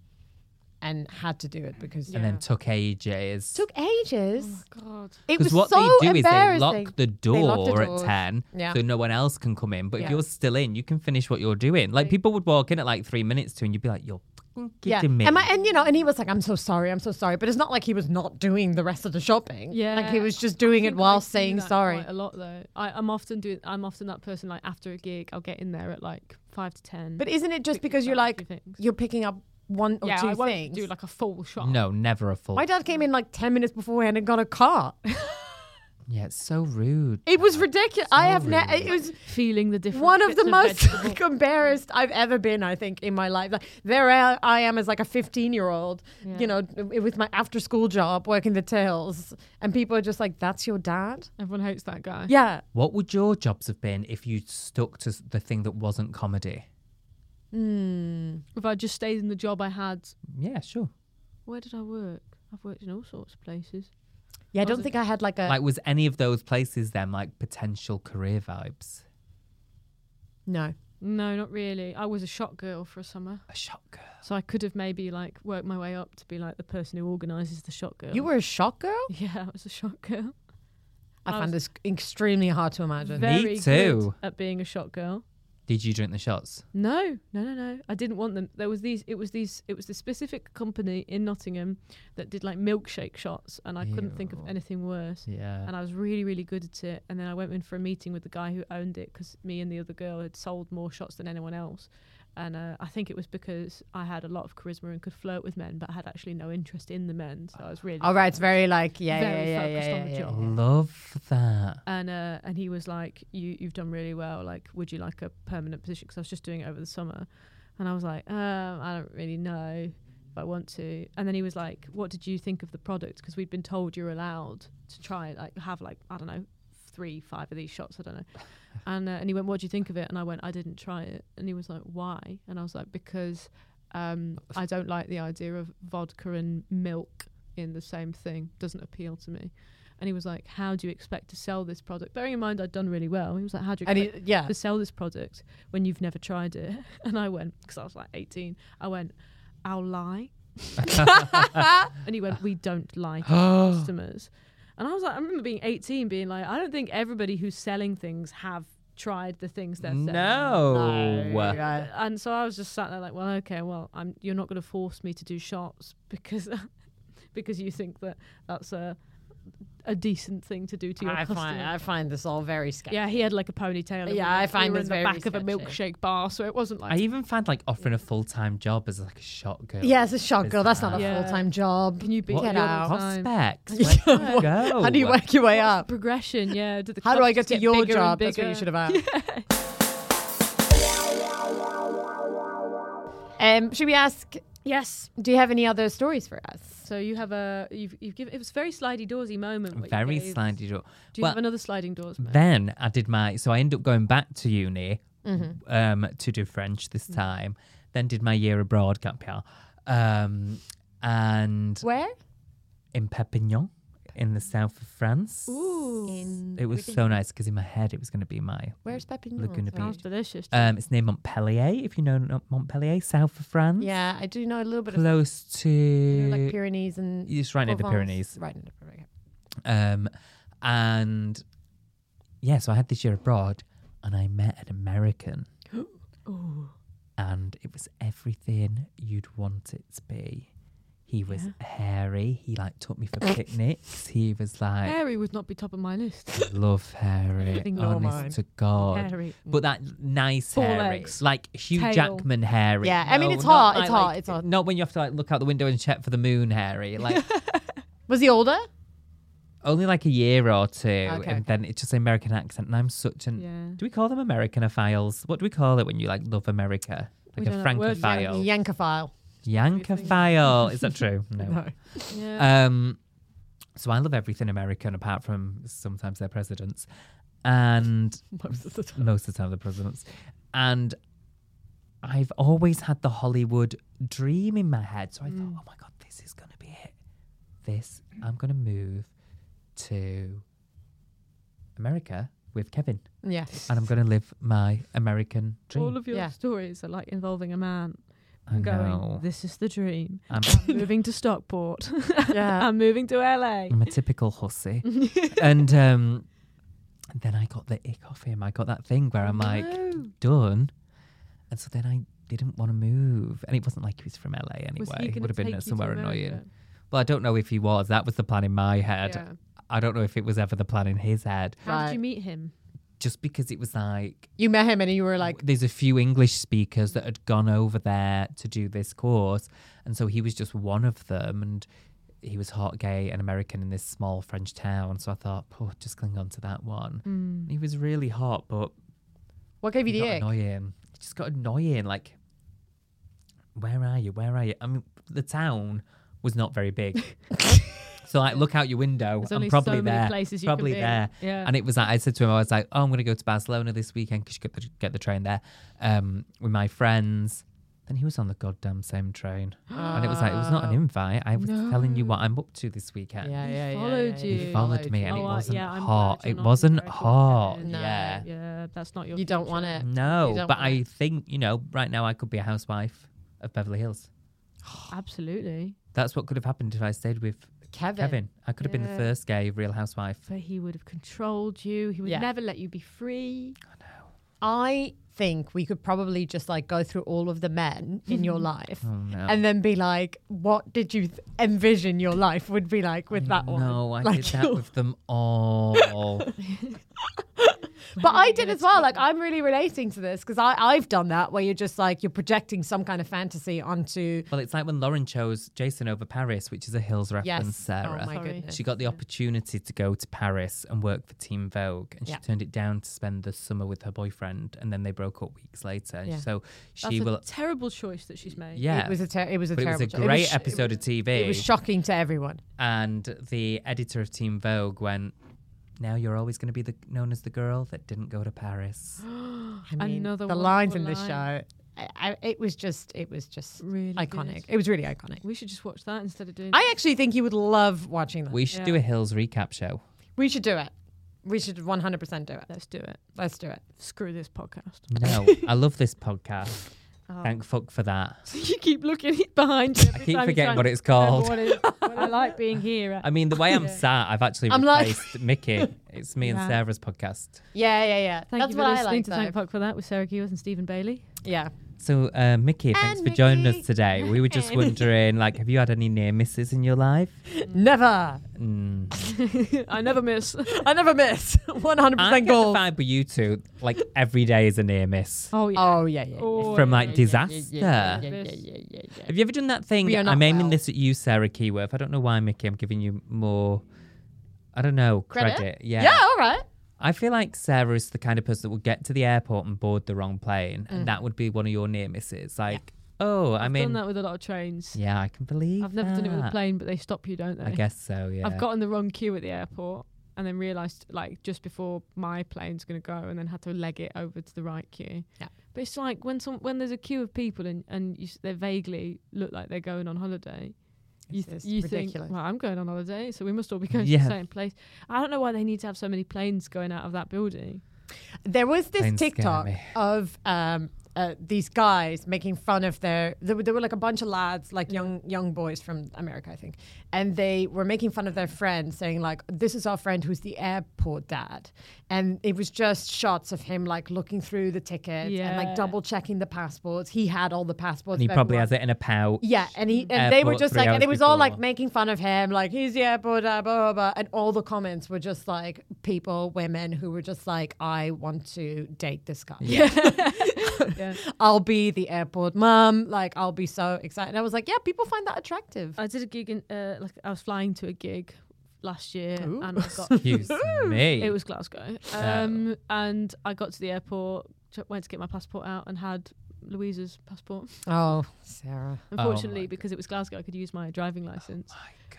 and had to do it because And then took ages. took ages. God. It was Because what so they do is they embarrassing. lock the They lock the door at doors. 10 Yeah. so no one else can come in. But Yeah. if you're still in, you can finish what you're doing. Like people would walk in at like three minutes to and you'd be like, you're fucking kidding me. And, my, and you know, and he was like, "I'm so sorry, I'm so sorry," but it's not like he was not doing the rest of the shopping. Yeah, like he was I just doing it think while I do saying that sorry. Quite a lot though. I, I'm often doing. I'm often that person. Like after a gig, I'll get in there at like five to ten. But isn't it just Pick because up you're a like few things. you're picking up one or yeah, two I won't things? do like a full shot. no, never a full. my dad came in like ten minutes beforehand and got a car. Yeah, it's so rude. It was ridiculous. I have ne- it was feeling the difference. One of bits the of most embarrassed I've ever been, I think, in my life. Like, there I I am as like a 15 year old, you know, w- with my after school job working the tails, and people are just like, "That's your dad." Everyone hates that guy. Yeah. What would your jobs have been if you stuck to s- the thing that wasn't comedy? If I just stayed in the job I had, Yeah, sure. where did I work? I've worked in all sorts of places. Yeah, I Was don't it- think I had like a like, was any of those places then like potential career vibes? no. No, not really. I was a shop girl for a summer. A shop girl. So I could have maybe like worked my way up to be like the person who organises the shop girl. You were a shot girl. Yeah, I was a shop girl. I, I find was- this extremely hard to imagine. Very too. Good at being a shop girl. Did you drink the shots? No, no, no, no. I didn't want them. There was these. It was these. It was this specific company in Nottingham that did like milkshake shots, and I couldn't think of Ew. anything worse. Yeah. And I was really, really good at it. And then I went in for a meeting with the guy who owned it because me and the other girl had sold more shots than anyone else. And uh, I think it was because I had a lot of charisma and could flirt with men, but I had actually no interest in the men. So I was really All Oh, right, it's very like yeah, yeah, Very yeah, focused yeah, on the yeah, yeah, job. yeah. Love that. and uh, and he was like, "You you've done really well. Like, would you like a permanent position? 'Cause I was just doing it over the summer, and I was like, um, I don't really know if I want to. And then he was like, What did you think of the product? 'Cause we'd been told you're allowed to try like have like I don't know three five of these shots. I don't know. And uh, and he went, What do you think of it? And I went, I didn't try it. And he was like, Why? And I was like, Because um, I don't like the idea of vodka and milk in the same thing. Doesn't appeal to me. And he was like, "How do you expect to sell this product?" Bearing in mind I'd done really well, he was like, "How do you And he- expect yeah. to sell this product when you've never tried it?" And I went, because I was like 18, I went, "I'll lie," and he went, "We don't lie to our customers." And I was like, I remember being 18, being like, I don't think everybody who's selling things have tried the things they're selling. No. No. Uh, and so I was just sat there like, well, okay, well, I'm you're not going to force me to do shots because because you think that that's a a decent thing to do to your I customer. find I find this all very sketchy. yeah, he had like a ponytail. Yeah, and we I were- find we were this in the very back of a sketchy. milkshake bar, so it wasn't like I even find like offering a full time job as like a shot girl. Yeah, as a shot girl, that's not a Yeah. full time job. Can you be What Get are your out. prospects? Where do you go? How do you work your way up? progression. Yeah, did the How do clubs I get just to your bigger job? and That's what you bigger? should have asked. Um, should we ask? Yes. Do you have any other stories for us? So you have a you've you've given it was a very slidey doorsy moment. what you Very gave. slidey door. Do you have another sliding doors? moment? Then I did my so I ended up going back to uni Mm-hmm. um, to do French this time. Then did my year abroad, Campion, um, and Where? in Perpignan, in the south of France. In It was so nice because in my head it was going to be my where's Perpignan? Laguna Sounds Beach. delicious. Um, it's near Montpellier, if you know not Montpellier, south of France. Yeah, I do know a little bit of close to you know, like Pyrenees and It's right near the Provence. Pyrenees. Right near the Pyrenees. Um, and yeah, so I had this year abroad, and I met an American, and it was everything you'd want it to be. He was hairy. He like took me for picnics. He was like, Harry would not be top of my list. love hairy, Ignore honest mine. to God. Hairy. But that nice Four hairy, legs. like Hugh Tail. Jackman hairy. Yeah, I mean, it's not hot, it's hot, it's hot. Not when you have to like look out the window and check for the moon hairy. Like Was he older? only like a year or two, okay. and then it's just an American accent. And I'm such an. Yeah. Do we call them Americanophiles? What do we call it when you like love America? We Like a don't have words for that. Francophile. Yankophile. Yankophile. Is that true? No. Um, so I love everything American apart from sometimes their presidents, and most of the time, the presidents, and I've always had the Hollywood dream in my head. So I thought, oh my god, this is gonna be it. This I'm gonna move to America with Kevin, Yeah. and I'm gonna live my American dream. All of your Yeah. stories are like involving a man. I going, know. this is the dream. I'm, I'm moving to Stockport. Yeah. I'm moving to LA. I'm a typical hussy. and um, then I got the ick off him. I got that thing where I'm like, done. And so then I didn't want to move. And it wasn't like he was from LA anyway. Was he it gonna would have take been you to somewhere annoying. America? Well, I don't know if he was. That was the plan in my head. Yeah. I don't know if it was ever the plan in his head. How did you meet him? Just because it was like, You met him and you were like, there's a few English speakers that had gone over there to do this course, and so he was just one of them, and he was hot, gay, and American in this small French town. So I thought, oh, just cling on to that one. Mm. He was really hot, but What gave you it the got ick? annoying. It just got annoying. Like, where are you? Where are you? I mean, the town was not very big. so like, look out your window. There's I'm only probably so many there. places you can probably be. there. Yeah. And it was like I said to him, I was like, oh, I'm gonna go to Barcelona this weekend because you could get the train there um, with my friends. Then he was on the goddamn same train, and it was like it was not an Oh. invite. I was telling you what I'm up to this weekend. Yeah, yeah, yeah, followed yeah, yeah. you. He followed me, and it Oh, uh, wasn't yeah, I'm glad hot. you're It not wasn't very hot. No, Yeah. yeah, that's not your. You don't want Mm-hmm. it. You No, don't but want it. I think, you know, right now I could be a housewife of Beverly Hills. Absolutely, That's what could have happened if I stayed with Kevin. Kevin. I could have been Yeah. the first gay real housewife. but he would have controlled you. He would Yeah. never let you be free. I think we could probably just like go through all of the men in your life Oh, no. and then be like, what did you th- envision your life would be like with that one? No, I like did that with them all. But I did as well. Like I'm really relating to this because I I've done that where you're just like you're projecting some kind of fantasy onto. well, it's like when Lauren chose Jason over Paris, which is a Hills reference, Yes. Oh, Sarah. my Sorry. goodness. She got the opportunity to go to Paris and work for Team Vogue, and Yeah. she turned it down to spend the summer with her boyfriend, and then they broke up weeks later. And Yeah. So That's she a will. terrible choice that she's made. yeah. It was a ter- it was a But terrible. It cho- was a great sh- episode of TV. It was shocking to everyone. and the editor of Team Vogue went, "Now you're always going to be the known as the girl that didn't go to Paris." I mean, Another the wonderful lines in this line. show. I, I, it was just it was just Really iconic. good. It was really iconic. We should just watch that instead of doing. I actually think you would love watching that. We should do Yeah. a Hills recap show. We should do it. We should 100% do it. Let's do it. Let's do it. Screw this podcast. No, I love this podcast. Oh. Thank fuck for that. you keep looking behind you. every keep time you forgetting try what and it's called. remember What, it- what I like being here. I mean, the way I'm Yeah. sat, I've actually I'm like- replaced Mickey. It's me Yeah. and Sarah's podcast. Yeah, yeah, yeah. Thank That's you for what I listening like, to Thank though. Fuck for that with Sarah Gewers and Stephen Bailey. Yeah. So, uh, Mickey, thanks for joining us today. We were just And- wondering, like, have you had any near misses in your life? Never. Mm. I never miss. I never miss. 100% I get the gold. vibe with you two, like, every day is a near miss. Oh yeah. Oh, yeah, yeah. Oh, From, yeah, like, yeah, disaster. yeah, yeah, yeah, yeah, yeah, yeah. Have you ever done that thing? We are not I'm aiming well. this at you, Sarah Keyworth. I don't know why, Mickey. I'm giving you more. I don't know Credit? credit. Yeah. Yeah. all right. I feel like Sarah is the kind of person that will get to the airport and board the wrong plane, and that would be one of your near misses. Like, oh, I Mm. I've mean, done that with a lot of trains. yeah, I can believe. I've never done it with a that. plane, but they stop you, don't they? I guess so. Yeah. I've gotten the wrong queue at the airport and then realised like just before my plane's gonna go and then had to leg it over to the right queue. Yeah. But it's like when some when there's a queue of people and and you, s- they vaguely look like they're going on holiday. You, It's- it's th- you ridiculous. think, well, I'm going on holiday, so we must all be going to Yeah. the same place. I don't know why they need to have so many planes going out of that building. There was this Planes scare TikTok me. of um, uh, these guys making fun of their. There were, there were like a bunch of lads, like young young boys from America, I think, and they were making fun of their friend, saying like, "This is our friend who's the airport dad," and it was just shots of him like looking through the tickets and like Yeah. double checking the passports. He had all the passports. and he of probably everyone. has it in a pouch. Yeah, and he and they were Airport just three like, and hours it was all like before. making fun of him, like he's the airport, blah, blah, blah, and all the comments were just like people, women who were just like, I want to date this guy. Yeah. I'll be the airport mom. Like I'll be so excited. And I was like, yeah, people find that attractive. I did a gig in uh, like I was flying to a gig last year Ooh. and I got Excuse me. It was Glasgow. Um, And I got to the airport, ch- went to get my passport out, and had Louisa's passport. Oh, Sarah. Unfortunately, my because it was Glasgow, I could use my driving license.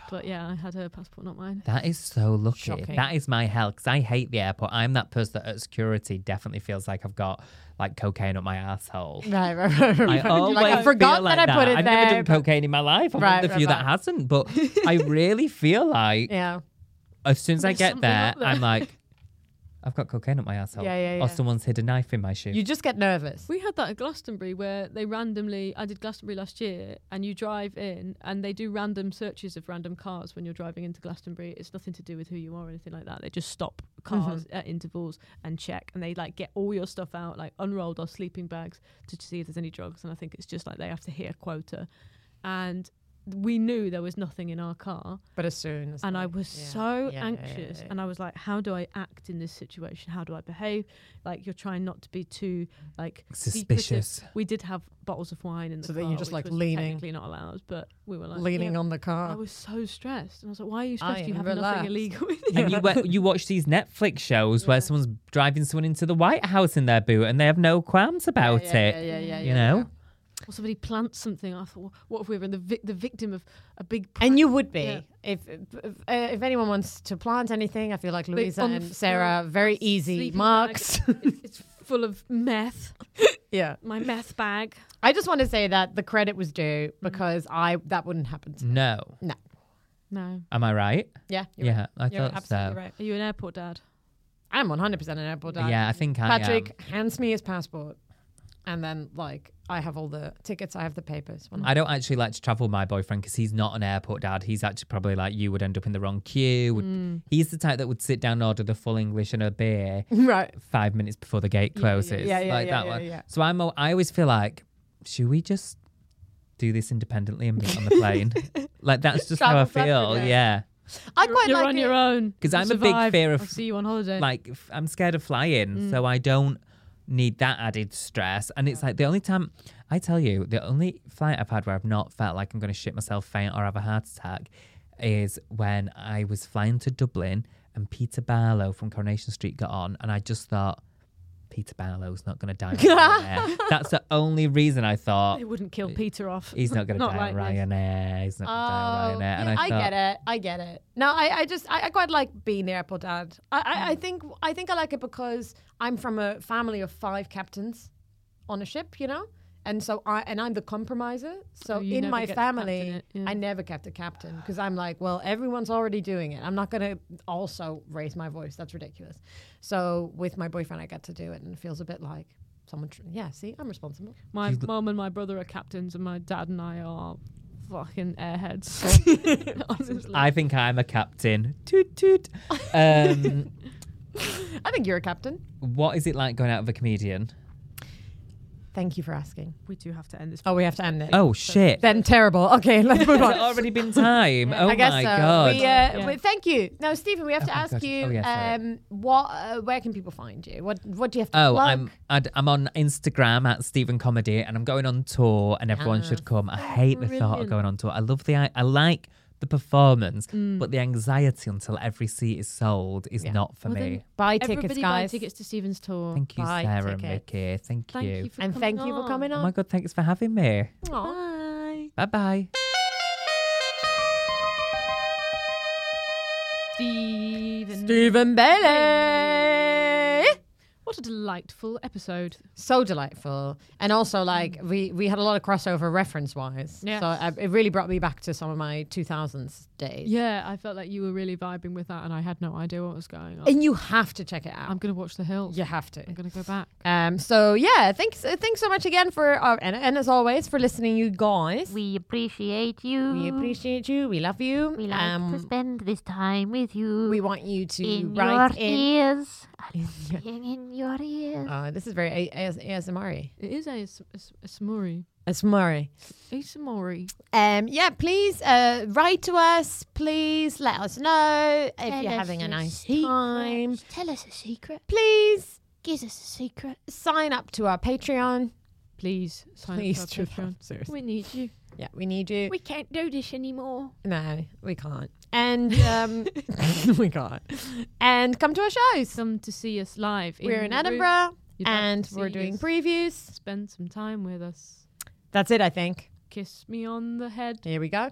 But yeah, I had her passport, not mine. That is so lucky. Shocking. That is my hell because I hate the airport. I'm that person that at security definitely feels like I've got like cocaine up my asshole. Right, right, right. I right. always like, I forgot feel like that I put it I've there. never done but- cocaine in my life. I'm Right, one of the right, few right. that hasn't. But I really feel like yeah. as soon as I There's get something there, up there. I'm like, I've got cocaine up my asshole. Yeah, yeah, yeah. Or someone's hid a knife in my shoe. You just get nervous. We had that at Glastonbury where they randomly, I did Glastonbury last year, and you drive in and they do random searches of random cars when you're driving into Glastonbury. It's nothing to do with who you are or anything like that. They just stop cars at intervals and check, and they like get all your stuff out, like unrolled or sleeping bags to see if there's any drugs. And I think it's just like they have to hit a quota. And we knew there was nothing in our car. But as soon as and I like- was yeah, so yeah, yeah, anxious, yeah, and I was like, "How do I act in this situation? How do I behave?" Like you're trying not to be too like secretive. Suspicious. We did have bottles of wine in the So car, then you're just, which like, was leaning- technically not allowed, but we were like leaning on the car. I was so stressed, and I was like, "Why are you I stressed? You am have relaxed. nothing illegal." in And you, your wa- you watch these Netflix shows where someone's driving someone into the White House in their boot and they have no qualms about yeah, it. yeah, yeah, yeah, you yeah, know? Or somebody plants something. I thought, what if we were the vic- the victim of a big? And you would be Yeah. if if, uh, if anyone wants to plant anything. I feel like Big Louisa on the and floor, Sarah very easy sleeping marks. bag. It's- it's full of meth. yeah, my meth bag. I just want to say that the credit was due because I that wouldn't happen. To me. No. No. No. Am I right? Yeah. Mm. yeah, I You're thought so. absolutely right. Are you an airport dad? I'm 100 percent an airport dad. Yeah, I think I Patrick hands me his passport, and then like I have all the tickets, I have the papers. When I don't actually like to travel with my boyfriend because he's not an airport dad. He's actually probably like you would end up in the wrong queue. Would, Mm. He's the type that would sit down and order the full English and a beer Right. five minutes before the gate closes. yeah, yeah, like yeah, that yeah, one. yeah. So I'm al- I always feel like, should we just do this independently and meet on the plane? like that's just how I Travel separately. feel. Yeah. I quite like on it. your own Because You I'm a big survive. fear of I'll see you on holiday. Like f- I'm scared of flying, Mm. so I don't need that added stress. And it's like the only time I tell you, the only flight I've had where I've not felt like I'm going to shit myself, faint, or have a heart attack is when I was flying to Dublin and Peter Barlow from Coronation Street got on, and I just thought. Peter Barlow's not going to die. on Ryanair." That's the only reason I thought They wouldn't uh, kill Peter off. he's not going to Not die on like this. Oh, Ryanair. He's not going to die on Ryanair. And Oh, yeah, I, I, thought, get it. I get it. No, I, I just I, I quite like being the airport dad. I, I, I think I think I like it because I'm from a family of five captains on a ship, you know? And so I and I'm the compromiser. So Oh, you in never my get to captain family it, yeah. I never kept a captain because I'm like, well, everyone's already doing it. I'm not gonna also raise my voice. That's ridiculous. So with my boyfriend I get to do it and it feels a bit like someone tr- yeah, see, I'm responsible. My mum and my brother are captains, and my dad and I are fucking airheads. Honestly. I think I'm a captain. Toot toot. Um, I think you're a captain. what is it like going out with a comedian? Thank you for asking. we do have to end this. Oh, we have to end it. Oh shit! Then terrible. Okay, let's move on. It's already been time. Oh I guess my so. god! We, uh, we- thank you. Now, Stephen, we have to Oh, ask God. you Oh, yeah, um, what, uh, where can people find you? What What do you have to Oh, plug? I'm I'd, I'm on Instagram at Stephen Comedy, and I'm going on tour, and everyone Ah, should come. I hate the thought of Brilliant. going on tour. I love the I, I like the performance, Mm. but the anxiety until every seat is sold is not for Well, then me. buy tickets, everybody guys. Buy tickets to Stephen's tour. Thank you, buy Sarah and tickets. Mickey. Thank, Thank you, for and coming thank you for coming Oh on. my god! Thanks for having me. Aw. Bye. Bye bye. Stephen. Stephen Bailey. What a delightful episode. So delightful, and also like we we had a lot of crossover reference wise. Mm. Yes. So uh, it really brought me back to some of my 2000s days. Yeah, I felt like you were really vibing with that, and I had no idea what was going on. And you have to check it out. I'm going to watch The Hills. you have to. I'm going to go back. Um, so yeah, thanks, uh, thanks so much again for uh, and, and as always for listening, you guys. We appreciate you. We appreciate you. We love you. Um, We like um, to spend this time with you. we want you to in your write in. ears. Singing in your ears. Uh, this is very A- AS- ASMR. It is a, s- a, s- a smurry. ASMR. A smurry. E. Um, yeah, please uh, write to us. Please let us know if Tell you're us having a your nice secret. time. Tell us a secret. Please Give us a secret. sign up to our Patreon. Please sign Please up to our do that, Patreon. seriously. We need you. Yeah, we need you. We can't do this anymore. no, we can't. And um, we can't. And come to our shows. Come to see us live. We're in the room. Edinburgh, You'd like to and we're see doing us. previews. Spend some time with us. That's it, I think. Kiss me on the head. Here we go.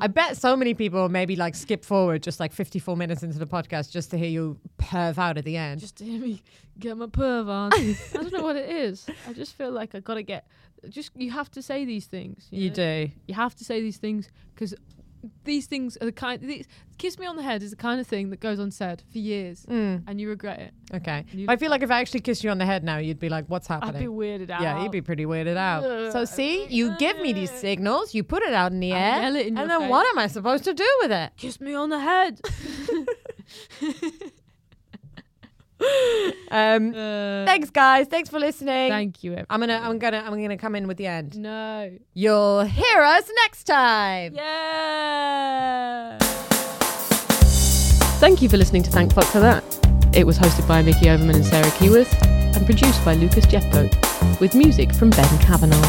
I bet so many people maybe like skip forward just like 54 minutes into the podcast just to hear you perv out at the end. Just hear me get my perv on. I don't know what it is. I just feel like I gotta get. Just you have to say these things. you know? do. You have to say these things because these things are the kind. These, kiss me on the head is the kind of thing that goes unsaid for years, Mm. and you regret it. Okay. You- I feel like if I actually kissed you on the head now, you'd be like, what's I'd be happening? weirded out. yeah, you'd be pretty weirded out. so Ugh. see, you give me these signals, you put it out in the I air, yell it in your and then face. what am I supposed to do with it? kiss me on the head. Um, Uh. thanks, guys. Thanks for listening. Uh, Thank you. I'm gonna, I'm gonna, I'm gonna come in with the end. No. You'll hear us next time. Uh, Yeah. Thank you for listening to Thank Fuck for That. It was hosted by Mickey Overman and Sarah Keyworth and produced by Lucas Jeffcoat with music from Ben Cavanaugh.